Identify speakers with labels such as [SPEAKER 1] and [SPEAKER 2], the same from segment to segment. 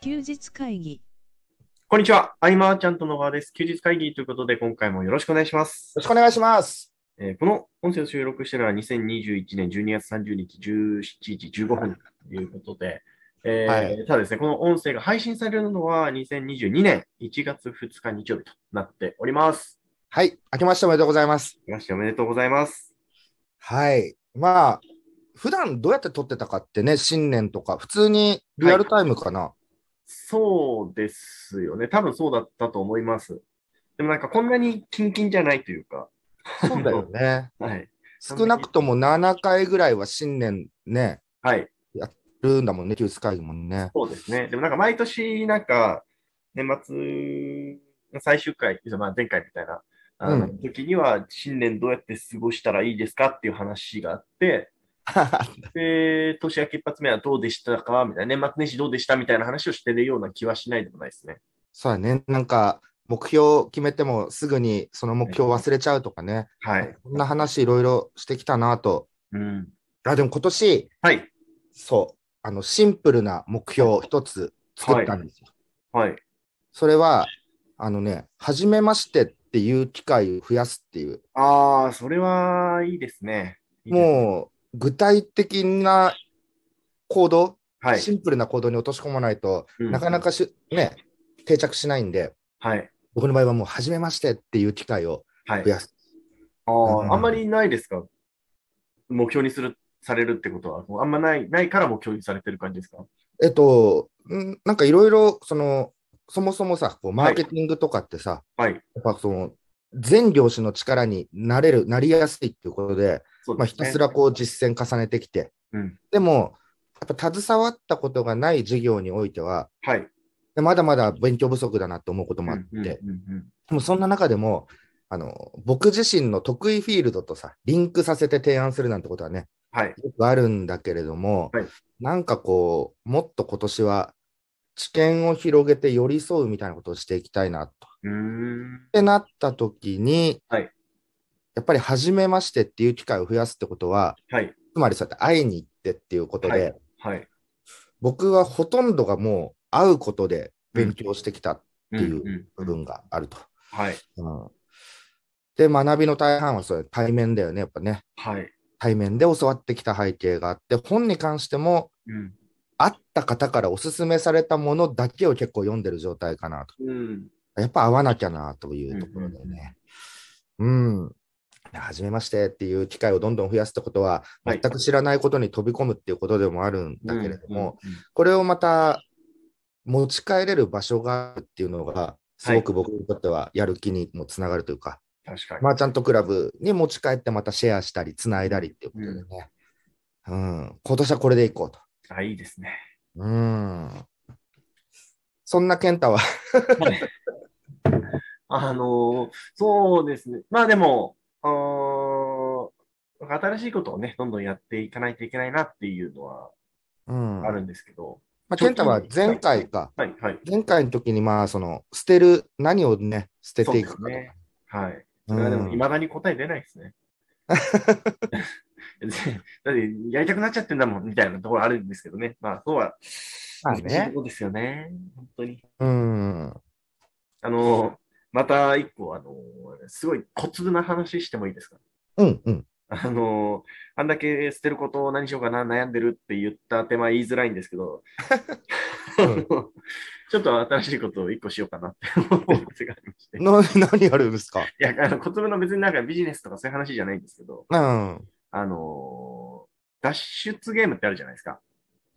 [SPEAKER 1] 休日会議。
[SPEAKER 2] こんにちは。アイマーちゃんと野川です。休日会議ということで、今回もよろしくお願いします
[SPEAKER 3] よろ。しくお願いします。
[SPEAKER 2] えーこの音声を収録しているのは2021年12月30日17時15分ということで、えー
[SPEAKER 3] はい
[SPEAKER 2] ただですね、この音声が配信されるのは2022年1月2日日曜日となっております。
[SPEAKER 3] はい。明けましておめでとうございます。
[SPEAKER 2] いらっしゃいおめでとうございます。
[SPEAKER 3] はい。まあ、普段どうやって撮ってたかってね、新年とか、普通にリアルタイムかな。
[SPEAKER 2] そうですよね。多分そうだったと思います。でもなんかこんなにキンキンじゃないというか。
[SPEAKER 3] そうだよ ね。
[SPEAKER 2] はい。
[SPEAKER 3] 少なくとも7回ぐらいは新年ね、
[SPEAKER 2] はい。
[SPEAKER 3] るんだもんね、休日会議もね。
[SPEAKER 2] そうですね。でもなんか毎年、なんか、年末の最終回、まあ、前回みたいな、あの
[SPEAKER 3] うん
[SPEAKER 2] 時には、新年どうやって過ごしたらいいですかっていう話があって、で、年明け一発目はどうでしたかみたいな、年末年始どうでしたみたいな話をしてるような気はしないでもないですね。
[SPEAKER 3] そうだね。なんか、目標を決めてもすぐにその目標忘れちゃうとかね。
[SPEAKER 2] はい。
[SPEAKER 3] こんな話いろいろしてきたなと。
[SPEAKER 2] うん。
[SPEAKER 3] あ、でも今年、
[SPEAKER 2] はい。
[SPEAKER 3] そう、あの、シンプルな目標を一つ作ったんですよ。
[SPEAKER 2] はい。
[SPEAKER 3] それは、あのね、初めましてっていう機会を増やすっていう、
[SPEAKER 2] ああ、それはいいですね。いいですね
[SPEAKER 3] もう具体的な行動、
[SPEAKER 2] はい。
[SPEAKER 3] シンプルな行動に落とし込まないと、
[SPEAKER 2] うん
[SPEAKER 3] なかなかし、ね、定着しないんで、
[SPEAKER 2] はい。
[SPEAKER 3] 僕の場合はもう初めましてっていう機会を
[SPEAKER 2] はい
[SPEAKER 3] 増。やす。
[SPEAKER 2] ああ、
[SPEAKER 3] うん
[SPEAKER 2] あんまりないですか目標にする、されるってことは、もうあんまない、ないからもう標にされてる感じですか
[SPEAKER 3] えっと、んなんかいろいろ、その、そもそもさ、こうマーケティングとかってさ、
[SPEAKER 2] はい。
[SPEAKER 3] やっぱその、全業種の力になれる、なりやすいっていうことで、
[SPEAKER 2] そう
[SPEAKER 3] まあ、
[SPEAKER 2] です
[SPEAKER 3] ひ
[SPEAKER 2] ね
[SPEAKER 3] たすらこう実践重ねてきて、
[SPEAKER 2] うん
[SPEAKER 3] でも、やっぱ携わったことがない事業においては、
[SPEAKER 2] はい。
[SPEAKER 3] でまだまだ勉強不足だなと思うこともあって、
[SPEAKER 2] うんうん
[SPEAKER 3] で
[SPEAKER 2] うん
[SPEAKER 3] もそんな中でもあの、僕自身の得意フィールドとさ、リンクさせて提案するなんてことはね、
[SPEAKER 2] はい。
[SPEAKER 3] よくあるんだけれども、
[SPEAKER 2] はい
[SPEAKER 3] なんかこう、もっと今年は知見を広げて寄り添うみたいなことをしていきたいなと。っ
[SPEAKER 2] うーん。
[SPEAKER 3] てなった時に、
[SPEAKER 2] はい
[SPEAKER 3] やっぱり初めましてっていう機会を増やすってことは、
[SPEAKER 2] はい。
[SPEAKER 3] つまりそうやって会いに行ってっていうことで、
[SPEAKER 2] はいはい。
[SPEAKER 3] 僕はほとんどがもう会うことで勉強してきた
[SPEAKER 2] て
[SPEAKER 3] いう部
[SPEAKER 2] んうん
[SPEAKER 3] 分があると。
[SPEAKER 2] はい。
[SPEAKER 3] うんで、学びの大半はそれ対面だよね、やっぱね。
[SPEAKER 2] はい。
[SPEAKER 3] 対面で教わってきた背景があって、本に関しても、
[SPEAKER 2] うん。
[SPEAKER 3] 会った方からおすすめされたものだけを結構読んでる状態かなと。
[SPEAKER 2] うん。
[SPEAKER 3] やっぱ会わなきゃなというところだよね。うん。はじめましてっていう機会をどんどん増やすってことは、
[SPEAKER 2] はい
[SPEAKER 3] 全く知らないことに飛び込むっていうことでもあるんだけれども、
[SPEAKER 2] うん、
[SPEAKER 3] これをまた持ち帰れる場所があるっていうのが、すごく僕にとってはやる気にもつながるというか、
[SPEAKER 2] うん確かに。
[SPEAKER 3] マーチャントクラブに持ち帰ってまたシェアしたり、つないだりっていうことでね、うん、今年はこれでいこうと。
[SPEAKER 2] あ、いいですね。
[SPEAKER 3] うん。そんな健太は、
[SPEAKER 2] あのーそうですね。まあでも、あー新しいことをね、どんどんやっていかないといけないなっていうのは
[SPEAKER 3] うん
[SPEAKER 2] あるんですけど。
[SPEAKER 3] まあ、健太は前回か、
[SPEAKER 2] はい、はい。
[SPEAKER 3] 前回の時にまあ、その、捨てる、何をね、捨てていく
[SPEAKER 2] そう
[SPEAKER 3] か
[SPEAKER 2] ですね。はい。
[SPEAKER 3] う
[SPEAKER 2] そ
[SPEAKER 3] ん
[SPEAKER 2] れはでも、いまだに答え出ないです ね。だって、やりたくなっちゃってんだもん、みたいなところあるんですけどね。まあ、そうは、
[SPEAKER 3] まあね
[SPEAKER 2] 難しいとこですよね。本当に。
[SPEAKER 3] うん。
[SPEAKER 2] あの、また一個、あの、すごい小粒な話してもいいですか
[SPEAKER 3] うん、うん。
[SPEAKER 2] あの、あんだけ捨てることを何しようかな、悩んでるって言った手前言いづらいんですけど、 あのちょっと新しいことを一個しようかなって思うことがありまして。い
[SPEAKER 3] の何やるんですか
[SPEAKER 2] や、あの、小粒の別になんかビジネスとかそういう話じゃないんですけど、
[SPEAKER 3] うん。
[SPEAKER 2] あのー脱出ゲームってあるじゃないですか。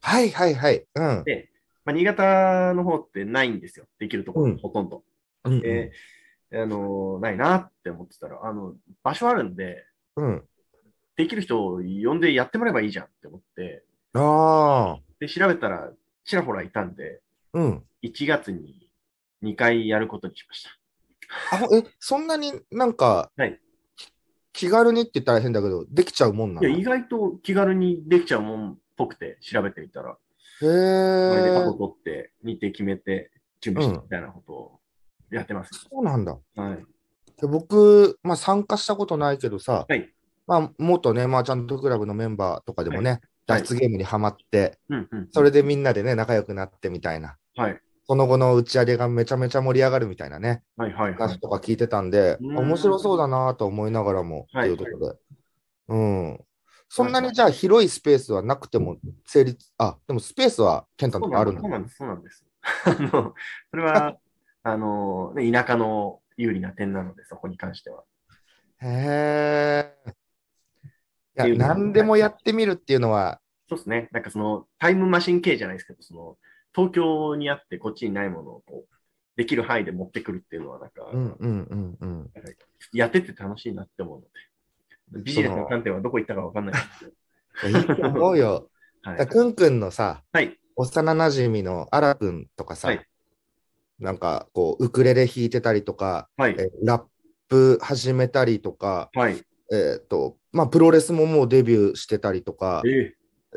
[SPEAKER 3] はいはいはい。うん。
[SPEAKER 2] で、まあ、新潟の方ってないんですよ。できるところ、
[SPEAKER 3] うん
[SPEAKER 2] ほとんど。
[SPEAKER 3] うんうん
[SPEAKER 2] で、あのーないなって思ってたら、あの、場所あるんで、
[SPEAKER 3] うん。
[SPEAKER 2] できる人を呼んでやってもらえばいいじゃんって思って、
[SPEAKER 3] ああ。
[SPEAKER 2] で、調べたら、ちらほらいたんで、
[SPEAKER 3] うん。
[SPEAKER 2] 1月に2回やることにしました。
[SPEAKER 3] あほえ、そんなになんか、
[SPEAKER 2] はい
[SPEAKER 3] き気軽にって言ったら変だけど、できちゃうもんないの
[SPEAKER 2] や、意外と気軽にできちゃうもんっぽくて、調べてみたら、
[SPEAKER 3] へ
[SPEAKER 2] これで過去
[SPEAKER 3] え。
[SPEAKER 2] 取って、見て決めて、準備してみたいなことをやってます。
[SPEAKER 3] そうなんだ。
[SPEAKER 2] はい。
[SPEAKER 3] で僕、まあ、参加したことないけどさ、
[SPEAKER 2] はい
[SPEAKER 3] まあ、元ね、マーチャントクラブのメンバーとかでもね、
[SPEAKER 2] はい
[SPEAKER 3] 脱出ゲームにはまって、
[SPEAKER 2] うんうん。
[SPEAKER 3] それでみんなでね、仲良くなってみたいな。
[SPEAKER 2] はい
[SPEAKER 3] その後の打ち上げがめちゃめちゃ盛り上がるみたいなね、
[SPEAKER 2] はいはいはい。
[SPEAKER 3] 話とか聞いてたんで、
[SPEAKER 2] うん
[SPEAKER 3] 面白そうだなと思いながらも、
[SPEAKER 2] はい
[SPEAKER 3] っていうところで。うん。そんなにじゃあ広いスペースはなくても成立、あ、でもスペースは健太
[SPEAKER 2] そ
[SPEAKER 3] の
[SPEAKER 2] う
[SPEAKER 3] とこあ
[SPEAKER 2] な
[SPEAKER 3] る
[SPEAKER 2] ん
[SPEAKER 3] ん
[SPEAKER 2] ですそ
[SPEAKER 3] だ
[SPEAKER 2] う。なんです、そうなんです。 あの、それは、あの、ね、田舎の有利な点なので、そこに関しては。
[SPEAKER 3] へえ。
[SPEAKER 2] って
[SPEAKER 3] い
[SPEAKER 2] いうの
[SPEAKER 3] や、
[SPEAKER 2] が
[SPEAKER 3] 何でもやってみるっていうのは、
[SPEAKER 2] そうですね。なんかその、タイムマシン系じゃないですけど、その、東京にあってこっちにないものをこう、できる範囲で持ってくるっていうのは、なんか、
[SPEAKER 3] うんうんうんうん。
[SPEAKER 2] やってて楽しいなって思うので。ビジネスの観点はどこ行ったかわかんないですけど。
[SPEAKER 3] いやいいと思うよ。
[SPEAKER 2] はい
[SPEAKER 3] だからくんくんのさ、
[SPEAKER 2] はい。
[SPEAKER 3] 幼なじみのあらくんとかさ、
[SPEAKER 2] はい
[SPEAKER 3] なんかこう、ウクレレ弾いてたりとか、
[SPEAKER 2] は
[SPEAKER 3] え
[SPEAKER 2] い。
[SPEAKER 3] ーラップ始めたりとか、
[SPEAKER 2] はい。
[SPEAKER 3] えっと、まあ、プロレスももうデビューしてたりとか、
[SPEAKER 2] え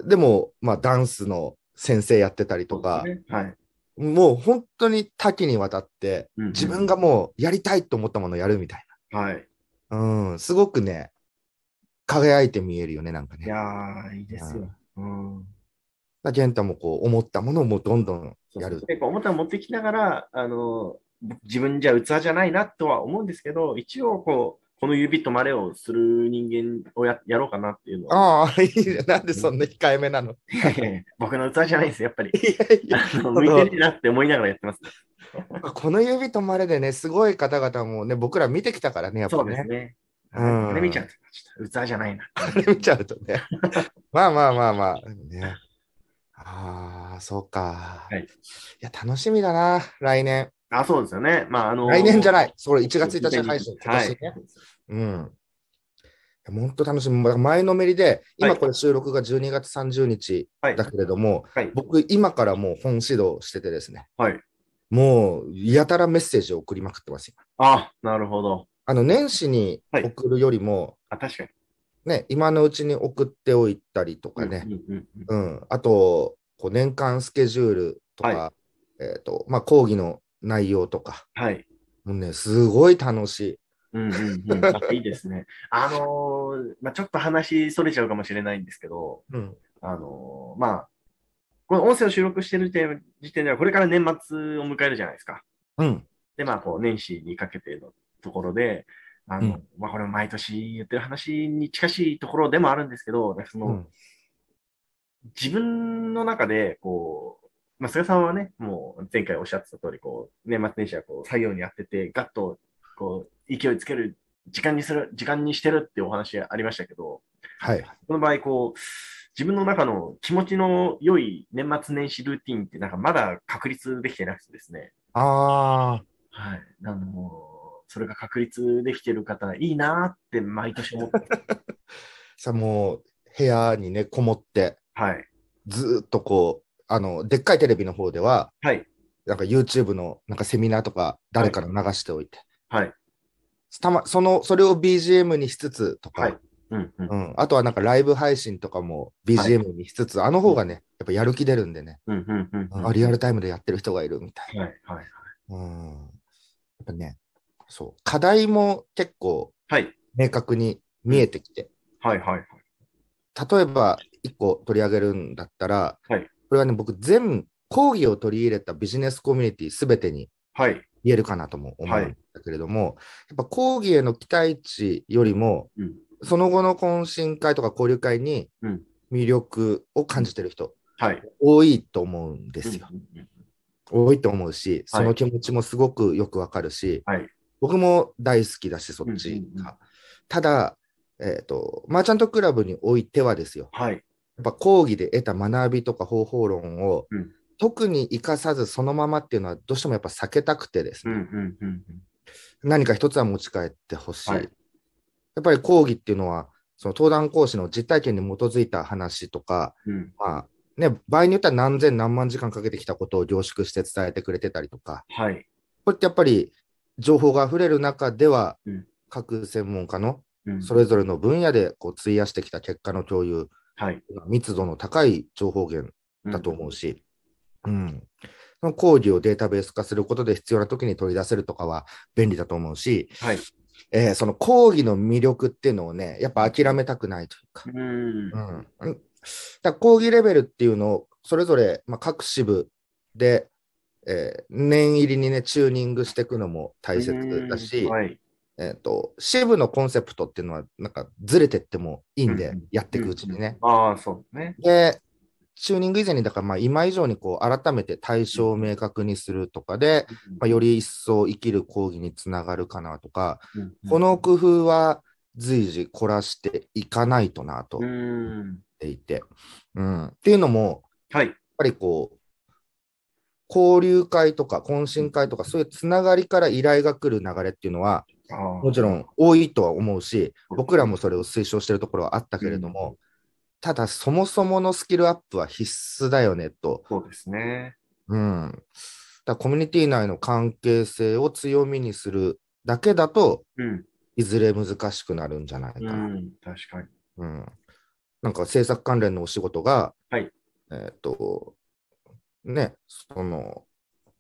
[SPEAKER 3] でも、まあ、ダンスの先生やってたりと
[SPEAKER 2] ー
[SPEAKER 3] か、
[SPEAKER 2] そうですねはい。
[SPEAKER 3] もう本当に多岐にわたって、
[SPEAKER 2] うんうん
[SPEAKER 3] 自分がもうやりたいと思ったものをやるみたい
[SPEAKER 2] はい。
[SPEAKER 3] な。うん、すごくね、輝いて見えるよね、なんか
[SPEAKER 2] い
[SPEAKER 3] ね。
[SPEAKER 2] やー、いいですよ。うん。
[SPEAKER 3] 健太もこう、思ったものをもうどんどん
[SPEAKER 2] そう
[SPEAKER 3] や
[SPEAKER 2] そう
[SPEAKER 3] る。
[SPEAKER 2] でこう思ったら持ってきながら、あの自分じゃ器じゃないなとは思うんですけど、一応こう、この指とまれをする人間をややろうかなっていうのは、
[SPEAKER 3] ああ、いいね。なんでそんな控えめなの
[SPEAKER 2] いやいやいや 僕の器じゃないです、やっ ぱり。
[SPEAKER 3] いやいや
[SPEAKER 2] あの向いてるなって思いながらやってます、
[SPEAKER 3] この指止まれでね、すごい方々もね、僕ら見てきたからね、やっぱ
[SPEAKER 2] そうです
[SPEAKER 3] ね。
[SPEAKER 2] ね。
[SPEAKER 3] うん
[SPEAKER 2] あれ見ちゃうと、ちょっと器じゃないな。
[SPEAKER 3] あれ見ちゃうとね。 まあまあまあまあ。ね、ああ、そうか。
[SPEAKER 2] はい
[SPEAKER 3] いや、楽しみだな、来年。
[SPEAKER 2] あ、そうですよね。まあ、あの
[SPEAKER 3] 来年じゃ
[SPEAKER 2] い。
[SPEAKER 3] ない。それ1月1日配信。今
[SPEAKER 2] は
[SPEAKER 3] 年
[SPEAKER 2] い
[SPEAKER 3] ね。。うん。いや本当楽しみ。前のめりで、
[SPEAKER 2] は
[SPEAKER 3] 今
[SPEAKER 2] い
[SPEAKER 3] これ収録が12月30日
[SPEAKER 2] はい
[SPEAKER 3] だ。けれども、
[SPEAKER 2] はい。
[SPEAKER 3] 僕、今からもう本指導しててですね、
[SPEAKER 2] はい、
[SPEAKER 3] もうやたらメッセージを送りまくってます、今
[SPEAKER 2] あ、なるほど。
[SPEAKER 3] あの年始に
[SPEAKER 2] はい
[SPEAKER 3] 送るよりも、
[SPEAKER 2] あ、確かに。
[SPEAKER 3] ね、今のうちに送っておいたりとかね、
[SPEAKER 2] うんうんうん
[SPEAKER 3] うん、あと、こう年間スケジュールとか、
[SPEAKER 2] は
[SPEAKER 3] えっ、と、まあ、講義の内容とか、
[SPEAKER 2] はい。
[SPEAKER 3] もうね、すごい楽しい。
[SPEAKER 2] うんうんうん、なんかいいですね。あのーまあ、ちょっと話それちゃうかもしれないんですけど、
[SPEAKER 3] うん、
[SPEAKER 2] あのーまあ、この音声を収録してる点時点では、これから年末を迎えるじゃないですか。
[SPEAKER 3] うん、
[SPEAKER 2] で、まあ、こう、年始にかけてのところで、あの、
[SPEAKER 3] うん
[SPEAKER 2] まあ、これも毎年言ってる話に近しいところでもあるんですけど、なんかその、
[SPEAKER 3] うん、
[SPEAKER 2] 自分の中で、こう、まあ、菅さんはね、もう前回おっしゃってた通り、こう、年末年始はこう、作業にやってて、ガッと、こう、勢いつける、時間にする、時間にしてるっていうお話ありましたけど、
[SPEAKER 3] はい。
[SPEAKER 2] この場合、こう、自分の中の気持ちの良い年末年始ルーティンって、なんかまだ確立できてなくてですね、
[SPEAKER 3] ああ、
[SPEAKER 2] はい。あのそれが確立できてる方、いいなーって毎年思って ます、
[SPEAKER 3] さもう部屋にね、こもって、
[SPEAKER 2] はい。
[SPEAKER 3] ずーっとこう、あの、でっかいテレビの方では、
[SPEAKER 2] はい。
[SPEAKER 3] なんか YouTube のなんかセミナーとか、誰かの流しておいて、
[SPEAKER 2] はい。
[SPEAKER 3] たま、その、それを BGM にしつつとか、
[SPEAKER 2] はいうん、うん、
[SPEAKER 3] うん、あとはなんかライブ配信とかも BGM にしつつ、あの方がね、やっぱやる気出るんでね、
[SPEAKER 2] うん、うん、うん。
[SPEAKER 3] あリアルタイムでやってる人がいるみたい
[SPEAKER 2] はい、はい、はい。
[SPEAKER 3] な。うん、やっぱね、そう、課題も結構
[SPEAKER 2] はい、
[SPEAKER 3] 明確に見えてきて、
[SPEAKER 2] はい、はい。
[SPEAKER 3] 例えば1個取り上げるんだったら、
[SPEAKER 2] はい
[SPEAKER 3] これはね、僕、全講義を取り入れたビジネスコミュニティすべてに
[SPEAKER 2] はい。
[SPEAKER 3] 言えるかなとも思う
[SPEAKER 2] は
[SPEAKER 3] ん
[SPEAKER 2] い
[SPEAKER 3] だけれども、やっぱ講義への期待値よりも、
[SPEAKER 2] うん。
[SPEAKER 3] その後の懇親会とか交流会に
[SPEAKER 2] うん
[SPEAKER 3] 魅力を感じてる人、
[SPEAKER 2] はい。
[SPEAKER 3] 多いと思うんですよ。
[SPEAKER 2] うんうんうん
[SPEAKER 3] 多いと思うし、その気持ちもすごくよくわかるし、
[SPEAKER 2] はい
[SPEAKER 3] 僕も大好きだし、そっち
[SPEAKER 2] う
[SPEAKER 3] が。
[SPEAKER 2] んうんうん
[SPEAKER 3] ただ、えっ、と、マーチャントクラブにおいてはですよ、
[SPEAKER 2] はい。
[SPEAKER 3] やっぱ講義で得た学びとか方法論を、
[SPEAKER 2] うん
[SPEAKER 3] 特に生かさずそのままっていうのはどうしてもやっぱ避けたくてです
[SPEAKER 2] うん
[SPEAKER 3] ね、
[SPEAKER 2] うんうんうん。
[SPEAKER 3] 何か一つは持ち帰ってほしい,、
[SPEAKER 2] はい
[SPEAKER 3] やっぱり講義っていうのは、その登壇講師の実体験に基づいた話とか、
[SPEAKER 2] うん。
[SPEAKER 3] まあね、場合によっては何千何万時間かけてきたことを凝縮して伝えてくれてたりとか、
[SPEAKER 2] はい。
[SPEAKER 3] これってやっぱり情報が溢れる中では、
[SPEAKER 2] うん
[SPEAKER 3] 各専門家の
[SPEAKER 2] うん
[SPEAKER 3] それぞれの分野でこう費やしてきた結果の共有、
[SPEAKER 2] はい。
[SPEAKER 3] 密度の高い情報源だと思
[SPEAKER 2] ん
[SPEAKER 3] うし、うん、その講義をデータベース化することで必要な時に取り出せるとかは便利だと思うし、
[SPEAKER 2] はい
[SPEAKER 3] えーその講義の魅力っていうのをね、やっぱ諦めたくないというか、
[SPEAKER 2] うん。
[SPEAKER 3] うん、だから講義レベルっていうのをそれぞれ、まあ、各支部でえー念入りにね、チューニングしていくのも大切だし、
[SPEAKER 2] うんはい。
[SPEAKER 3] えっ、と、支部のコンセプトっていうのは、なんかずれてってもいいんで、
[SPEAKER 2] うん
[SPEAKER 3] やっていくうちにね。
[SPEAKER 2] ああ、そうね。
[SPEAKER 3] で、チューニング以前に、だからまあ今以上にこう改めて対象を明確にするとかで、まあ、より一層生きる講義につながるかなとか、
[SPEAKER 2] うん
[SPEAKER 3] この、工夫は随時凝らしていかないとなと
[SPEAKER 2] う
[SPEAKER 3] 思っ
[SPEAKER 2] ん。
[SPEAKER 3] ていて、うんっていうのも、
[SPEAKER 2] はい。
[SPEAKER 3] やっぱりこう、交流会とか懇親会とか、そういうつながりから依頼が来る流れっていうのは、
[SPEAKER 2] ああ
[SPEAKER 3] もちろん多いとは思うし、僕らもそれを推奨してるところはあったけれども、ただ、そもそものスキルアップは必須だよねと。
[SPEAKER 2] そうですね。
[SPEAKER 3] うん、だからコミュニティ内の関係性を強みにするだけだと、
[SPEAKER 2] うん。
[SPEAKER 3] いずれ難しくなるんじゃないか
[SPEAKER 2] う
[SPEAKER 3] な。
[SPEAKER 2] ん。確かに。
[SPEAKER 3] うん、なんか制作関連のお仕事が、
[SPEAKER 2] はい
[SPEAKER 3] えーっと、ね、その、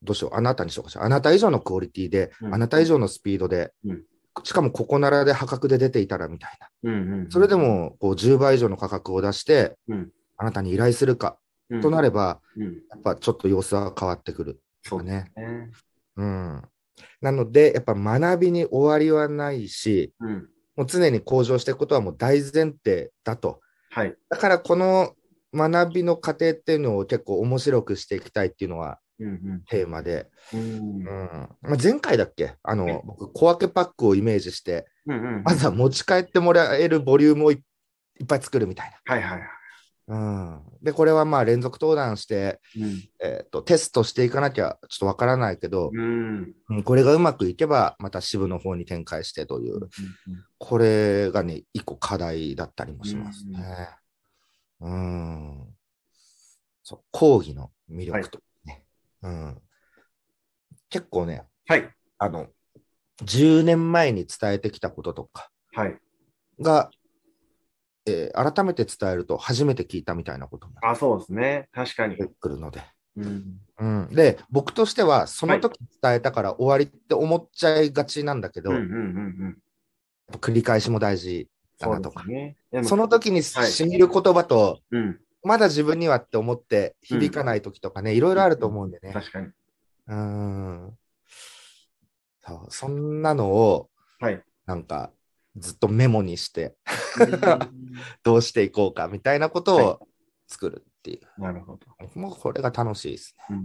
[SPEAKER 3] どうしよう、あなたにしようかしらあなた以上のクオリティで、
[SPEAKER 2] うん
[SPEAKER 3] あなた以上のスピードで、
[SPEAKER 2] うん
[SPEAKER 3] しかもここならで破格で出ていたらみたいな。
[SPEAKER 2] うんうん。
[SPEAKER 3] それで、もこう10倍以上の価格を出して、
[SPEAKER 2] うん
[SPEAKER 3] あなたに依頼するかとなれ
[SPEAKER 2] ば。うん。
[SPEAKER 3] ば、やっぱちょっと様子は変わってくると
[SPEAKER 2] そ
[SPEAKER 3] か
[SPEAKER 2] うで
[SPEAKER 3] ね。
[SPEAKER 2] すね。
[SPEAKER 3] うん、なので、やっぱ学びに終わりはないし、
[SPEAKER 2] うん。
[SPEAKER 3] もう常に向上していくことはもう大前提だと。
[SPEAKER 2] はい。
[SPEAKER 3] だからこの学びの過程っていうのを結構面白くしていきたいっていうのは
[SPEAKER 2] うん
[SPEAKER 3] テーマで、
[SPEAKER 2] うん。うん
[SPEAKER 3] うんまあ、前回だっけあの、
[SPEAKER 2] はい
[SPEAKER 3] 僕小分けパックをイメージして
[SPEAKER 2] うんうん。
[SPEAKER 3] まずは持ち帰ってもらえるボリュームをいいっぱい作るみたい
[SPEAKER 2] はいはいは
[SPEAKER 3] な。うん、でこれはまあ連続登壇して、
[SPEAKER 2] い。うん。
[SPEAKER 3] えー、とテストしていかなきゃちょっとわからないけど、
[SPEAKER 2] うん。
[SPEAKER 3] うんこれがうまくいけばまた支部の方に展開してというこれがね、一個課題だったりもしますね。うーん。そう、講義の魅力とかね、うん。結構ね、
[SPEAKER 2] はい。
[SPEAKER 3] あの、10年前に伝えてきたこととか
[SPEAKER 2] はい。
[SPEAKER 3] が、えー改めて伝えると初めて聞いたみたいなことも
[SPEAKER 2] あ、そうですね。確かに。
[SPEAKER 3] 出てくるので。
[SPEAKER 2] うん。
[SPEAKER 3] うん、で、僕としては、その時伝えたから終わりって思っちゃいがちなんだけど、
[SPEAKER 2] うんうん
[SPEAKER 3] やっ
[SPEAKER 2] うんうん。
[SPEAKER 3] ぱ繰り返しも大事だ
[SPEAKER 2] そう
[SPEAKER 3] な
[SPEAKER 2] で
[SPEAKER 3] と
[SPEAKER 2] す
[SPEAKER 3] か。
[SPEAKER 2] ね。でも
[SPEAKER 3] その、時
[SPEAKER 2] はい
[SPEAKER 3] に染みる言葉と、
[SPEAKER 2] うん。
[SPEAKER 3] まだ自分にはって思って響かない時とかね、いろいろあると思うんでね。
[SPEAKER 2] 確かに。
[SPEAKER 3] うん。そう、そんなのを、
[SPEAKER 2] はい。
[SPEAKER 3] なんか、ずっとメモにして、
[SPEAKER 2] うん
[SPEAKER 3] どうしていこうかみたいなこと
[SPEAKER 2] は
[SPEAKER 3] を作るっていう。
[SPEAKER 2] なるほど。
[SPEAKER 3] もうこれが楽しいですね。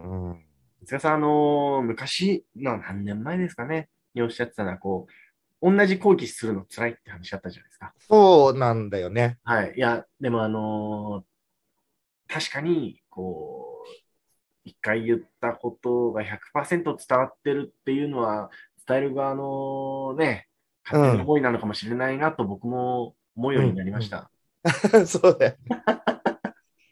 [SPEAKER 2] うんうんうん。
[SPEAKER 3] うん。
[SPEAKER 2] つかさん、あのー昔の何年前ですかね、におっしゃってたのは、こう、同じ講義するの辛いって話あったじゃないですか。
[SPEAKER 3] そうなんだよね。
[SPEAKER 2] はい。いや、でもあのー確かに、こう、一回言ったことが100%伝わってるっていうのは、伝える側のね、勝手な思いなのかもしれないなと僕も思うようになりました。
[SPEAKER 3] そうだよね。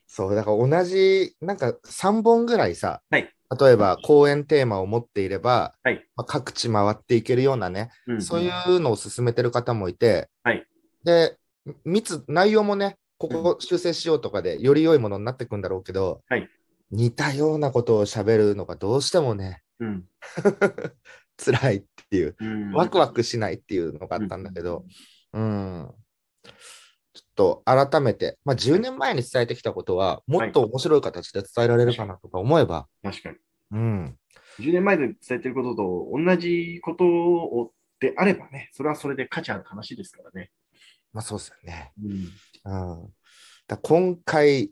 [SPEAKER 3] そう、だから同じ、なんか3本ぐらいさ、
[SPEAKER 2] はい
[SPEAKER 3] 例えば講演テーマを持っていれば、
[SPEAKER 2] はい
[SPEAKER 3] まあ、各地回っていけるようなね、
[SPEAKER 2] ん
[SPEAKER 3] そういうのを進めてる方もいて、
[SPEAKER 2] はい
[SPEAKER 3] で、密、内容もね、ここ修正しようとかで、より良いものになっていくんだろうけど、
[SPEAKER 2] はい
[SPEAKER 3] 似たようなことを喋るのがどうしてもね、
[SPEAKER 2] うん。
[SPEAKER 3] 辛いっていう、
[SPEAKER 2] うん。
[SPEAKER 3] ワクワクしないっていうのがあったんだけど、うん。ちょっと改めて、まあ、10年前に伝えてきたことは、もっと面白い形で伝えられるかなとか思えば、
[SPEAKER 2] うん。確かに。
[SPEAKER 3] うん、
[SPEAKER 2] 10年前で伝えてることと同じことをであればね、それはそれで価値ある話ですからね。
[SPEAKER 3] まあそうですよね。
[SPEAKER 2] うん。
[SPEAKER 3] うん、だ今回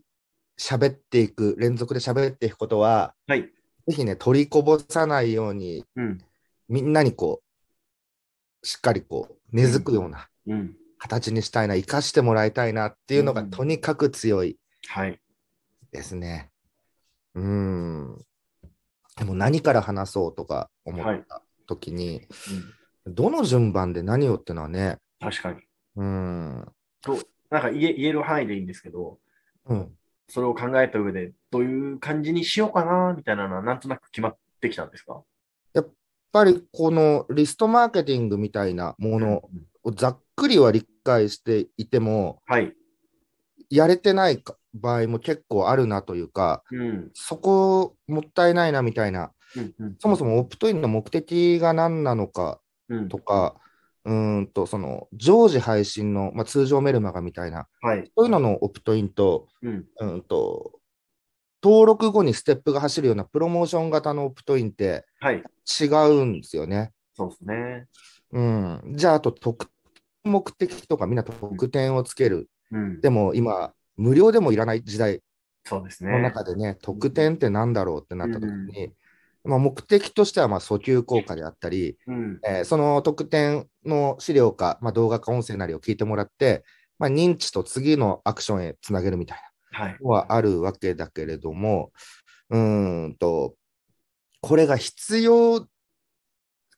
[SPEAKER 3] 喋っていく連続で喋っていくことは
[SPEAKER 2] はい。
[SPEAKER 3] ぜひね取りこぼさないように
[SPEAKER 2] うん。
[SPEAKER 3] みんなにこうしっかりこう根付くような
[SPEAKER 2] うん。
[SPEAKER 3] 形にしたいな生かしてもらいたいなっていうのが
[SPEAKER 2] うん
[SPEAKER 3] とにかく強い
[SPEAKER 2] はい。
[SPEAKER 3] ですね。うんでも何から話そうとか思
[SPEAKER 2] は
[SPEAKER 3] っ
[SPEAKER 2] い
[SPEAKER 3] た時に、
[SPEAKER 2] うん
[SPEAKER 3] どの順番で何をってのはね
[SPEAKER 2] 確かに。
[SPEAKER 3] うん、
[SPEAKER 2] なんか言え言える範囲でいいんですけど、
[SPEAKER 3] うん、
[SPEAKER 2] それを考えた上で、どういう感じにしようかな、みたいなのは、なんとなく決まってきたんですか
[SPEAKER 3] やっぱりこのリストマーケティングみたいなもの
[SPEAKER 2] うん
[SPEAKER 3] をざっくりは理解していても、
[SPEAKER 2] はい。
[SPEAKER 3] やれてないか場合も結構あるなというか、
[SPEAKER 2] うん。
[SPEAKER 3] そこもったいないなみたいな、
[SPEAKER 2] うんうん
[SPEAKER 3] そもそもオプトインの目的が何なのか
[SPEAKER 2] うん
[SPEAKER 3] とか、うーんと、その常時配信の、まあ、通常メルマガみたいな、
[SPEAKER 2] はい。
[SPEAKER 3] そういうののオプトインと、
[SPEAKER 2] うん。
[SPEAKER 3] うーんと、登録後にステップが走るようなプロモーション型のオプトインって
[SPEAKER 2] はい。
[SPEAKER 3] 違うんですよね。
[SPEAKER 2] そうですね。
[SPEAKER 3] うん、じゃあ、あと特目的とかみんな特典をつける。
[SPEAKER 2] うん。
[SPEAKER 3] でも今、無料でもいらない時代
[SPEAKER 2] そうです
[SPEAKER 3] の
[SPEAKER 2] ね。
[SPEAKER 3] 中でね、特典ってなんだろうってなった時に、まあ、目的としてはまあ訴求効果であったり、
[SPEAKER 2] うん。
[SPEAKER 3] えーその特典の資料か、まあ、動画か音声なりを聞いてもらって、まあ、認知と次のアクションへつなげるみたいな。
[SPEAKER 2] はい。
[SPEAKER 3] はあるわけだけれども、うーんと、これが必要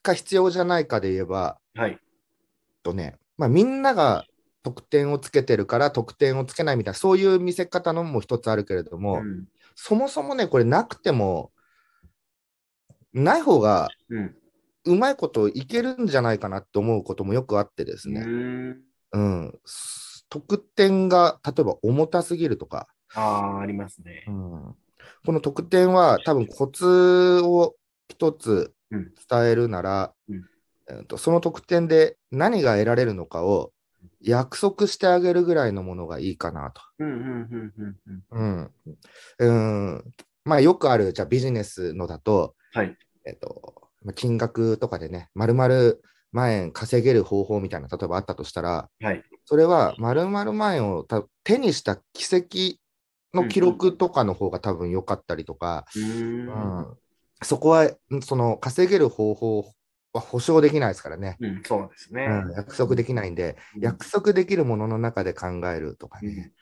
[SPEAKER 3] か必要じゃないかで言えば、
[SPEAKER 2] はい。
[SPEAKER 3] とね、まあ、みんなが得点をつけてるから得点をつけないみたいな、そういう見せ方のも一つあるけれど
[SPEAKER 2] う
[SPEAKER 3] も、
[SPEAKER 2] ん。
[SPEAKER 3] そもそもね、これなくても、ない方が
[SPEAKER 2] うん。
[SPEAKER 3] うまいこといけるんじゃないかなって思うこともよくあってです
[SPEAKER 2] う
[SPEAKER 3] ね、
[SPEAKER 2] ーん。
[SPEAKER 3] うん、得点が例えば重たすぎるとか、
[SPEAKER 2] ああ、ありますね。
[SPEAKER 3] うんこの特典は多分コツを一つ
[SPEAKER 2] うん
[SPEAKER 3] 伝えるなら、
[SPEAKER 2] うん
[SPEAKER 3] えーとその特典で何が得られるのかを約束してあげるぐらいのものがいいかなと。
[SPEAKER 2] うん、うん、うん、うん、うん。
[SPEAKER 3] うんうんまあ、よくあるじゃあビジネスのだと,、
[SPEAKER 2] はい。
[SPEAKER 3] えー、とまあ金額とかでね丸々万円稼げる方法みたいな例えばあったとしたら
[SPEAKER 2] はい。
[SPEAKER 3] それは丸々万円をた手にした奇跡の記録とかの方が多分良かったりとか、
[SPEAKER 2] うーん。
[SPEAKER 3] そこはんその稼げる方法は保証できないですからね、
[SPEAKER 2] うん、そうですね。
[SPEAKER 3] うん約束できないんで、
[SPEAKER 2] うん
[SPEAKER 3] 約束できるものの中で考えるとかね、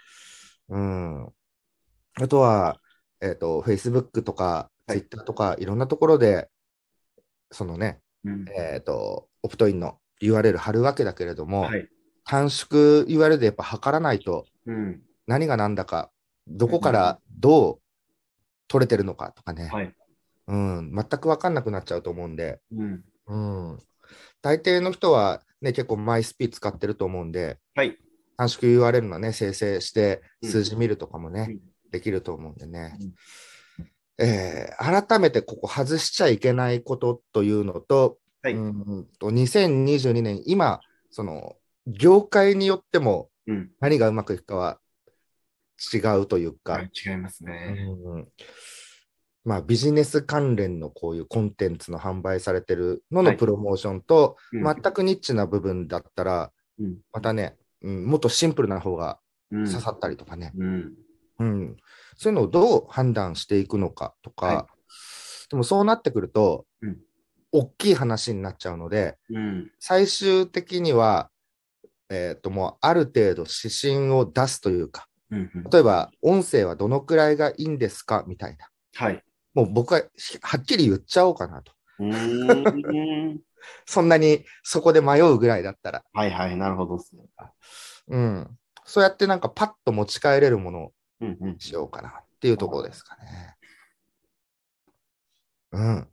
[SPEAKER 3] うんあとは、えっと Facebook とか
[SPEAKER 2] はい
[SPEAKER 3] Twitter とか、い、ろんなところでそのね、
[SPEAKER 2] うん。
[SPEAKER 3] えっとオプトインの URL 貼るわけだけれども、
[SPEAKER 2] はい。
[SPEAKER 3] 短縮 URL でやっぱ測らないと
[SPEAKER 2] うん。
[SPEAKER 3] 何が何だかどこからどう取れてるのかとかね、
[SPEAKER 2] はい。
[SPEAKER 3] うん、全く分かんなくなっちゃうと思うんで、
[SPEAKER 2] うん。
[SPEAKER 3] うん、大抵の人は、ね、結構 MySP 使ってると思うんで、
[SPEAKER 2] はい。
[SPEAKER 3] 短縮 URL のね、生成して
[SPEAKER 2] うん
[SPEAKER 3] 数字見るとかもね、
[SPEAKER 2] うん
[SPEAKER 3] できると思うんでね、えー改めてここ外しちゃいけないことというのと、
[SPEAKER 2] はい
[SPEAKER 3] うんと2022年、今、その業界によっても
[SPEAKER 2] うん。
[SPEAKER 3] 何がうまくいくかは違うというか、
[SPEAKER 2] はい違いますね。
[SPEAKER 3] うんまあ、ビジネス関連のこういうコンテンツの販売されてるの
[SPEAKER 2] は
[SPEAKER 3] の
[SPEAKER 2] い
[SPEAKER 3] プロモーションと、
[SPEAKER 2] うん
[SPEAKER 3] 全くニッチな部分だったら、
[SPEAKER 2] うん
[SPEAKER 3] またね、うん、もっとシンプルな方が
[SPEAKER 2] うん
[SPEAKER 3] 刺さったりとかね、
[SPEAKER 2] うん。
[SPEAKER 3] うんそういうのをどう判断していくのかとか、
[SPEAKER 2] は
[SPEAKER 3] でもそうなってくると、
[SPEAKER 2] うん
[SPEAKER 3] 大きい話になっちゃうので、
[SPEAKER 2] うん。
[SPEAKER 3] 最終的には、えー、ともうある程度指針を出すというか、
[SPEAKER 2] うん。うん
[SPEAKER 3] 例えば音声はどのくらいがいいんですかみたいな。
[SPEAKER 2] はい。
[SPEAKER 3] もう僕はひはっきり言っちゃおうかなと。
[SPEAKER 2] うーん。
[SPEAKER 3] そんなにそこで迷うぐらいだったら。
[SPEAKER 2] はいはい。なるほどっすね。
[SPEAKER 3] うん。そうやってなんかパッと持ち帰れるものを
[SPEAKER 2] うん。うん。
[SPEAKER 3] しようかなっていうところですかね。うん。っ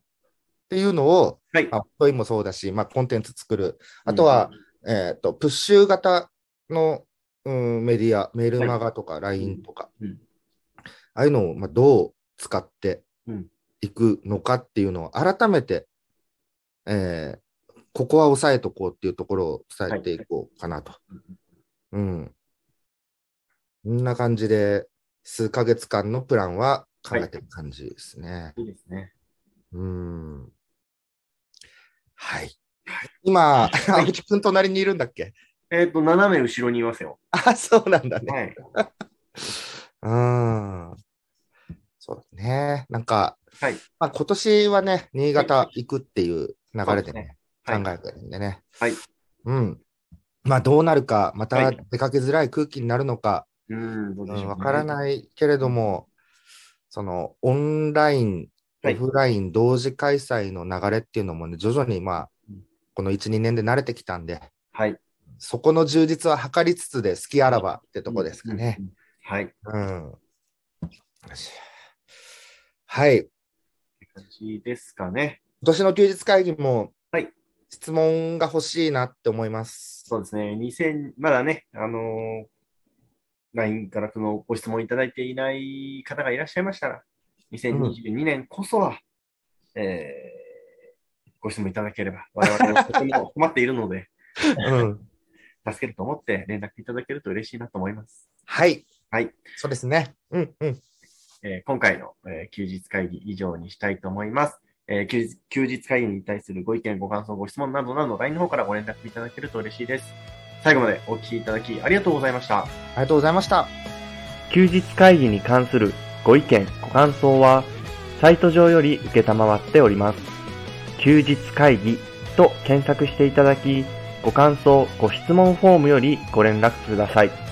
[SPEAKER 3] ていうのを、
[SPEAKER 2] はい
[SPEAKER 3] まあ、問いもそうだし、まあ、コンテンツ作る。あとは、えっ、と、プッシュ型の、うん、メディア、メールマガとか LINE とか、
[SPEAKER 2] うんうん
[SPEAKER 3] ああいうのを、まあ、どう使って
[SPEAKER 2] うん
[SPEAKER 3] いくのかっていうのを改めて、えーここは押さえとこうっていうところを伝えていこうかなと。うん。こんな感じで、数ヶ月間のプランは考えてる感じですね。
[SPEAKER 2] うん。いいですね。
[SPEAKER 3] うん。はい。今、 青木くん隣にいるんだっけ
[SPEAKER 2] えっと、斜め後ろにいますよ。
[SPEAKER 3] あ、そうなんだね。
[SPEAKER 2] はい。
[SPEAKER 3] うん。そうだね。なんか、
[SPEAKER 2] はい
[SPEAKER 3] まあ、今年はね、新潟行くっていう流れでね、
[SPEAKER 2] はい
[SPEAKER 3] 考えてるんでね。
[SPEAKER 2] はい。
[SPEAKER 3] うん。まあ、どうなるか、ま
[SPEAKER 2] は
[SPEAKER 3] た
[SPEAKER 2] い
[SPEAKER 3] 出かけづらい空気になるのか、
[SPEAKER 2] うん。どうでしょ
[SPEAKER 3] う、
[SPEAKER 2] うんね
[SPEAKER 3] わからないけれども、その、オンライン、
[SPEAKER 2] は
[SPEAKER 3] オ
[SPEAKER 2] い
[SPEAKER 3] フライン同時開催の流れっていうのもね、徐々にまあ
[SPEAKER 2] うん、
[SPEAKER 3] この1、2年で慣れてきたんで、
[SPEAKER 2] はい。
[SPEAKER 3] そこの充実は図りつつで、好きあらばってとこですかね。
[SPEAKER 2] うん。うんはい。
[SPEAKER 3] うん。よしはい。今
[SPEAKER 2] 感じですかね。
[SPEAKER 3] 年の休日会議も、
[SPEAKER 2] はい
[SPEAKER 3] 質問が欲しいなって思います。
[SPEAKER 2] そうですね。2000、まだね、あのー LINE からそのご質問いただいていない方がいらっしゃいましたら、2022年こそは、えーご質問いただければ、我々はとても困っているので、
[SPEAKER 3] うん
[SPEAKER 2] 助けると思って連絡いただけると嬉しいなと思います。
[SPEAKER 3] はい。
[SPEAKER 2] はい。
[SPEAKER 3] そうですね。うんうん。
[SPEAKER 2] えー今回の、えー休日会議以上にしたいと思います。えー休日休日会議に対するご意見、ご感想、ご質問などなど LINE の方からご連絡いただけると嬉しいです。最後までお聞きいただきありがとうございました。
[SPEAKER 3] ありがとうございました。
[SPEAKER 1] 休日会議に関するご意見、ご感想は、サイト上より受けたまわっております。休日会議と検索していただき、ご感想、ご質問フォームよりご連絡ください。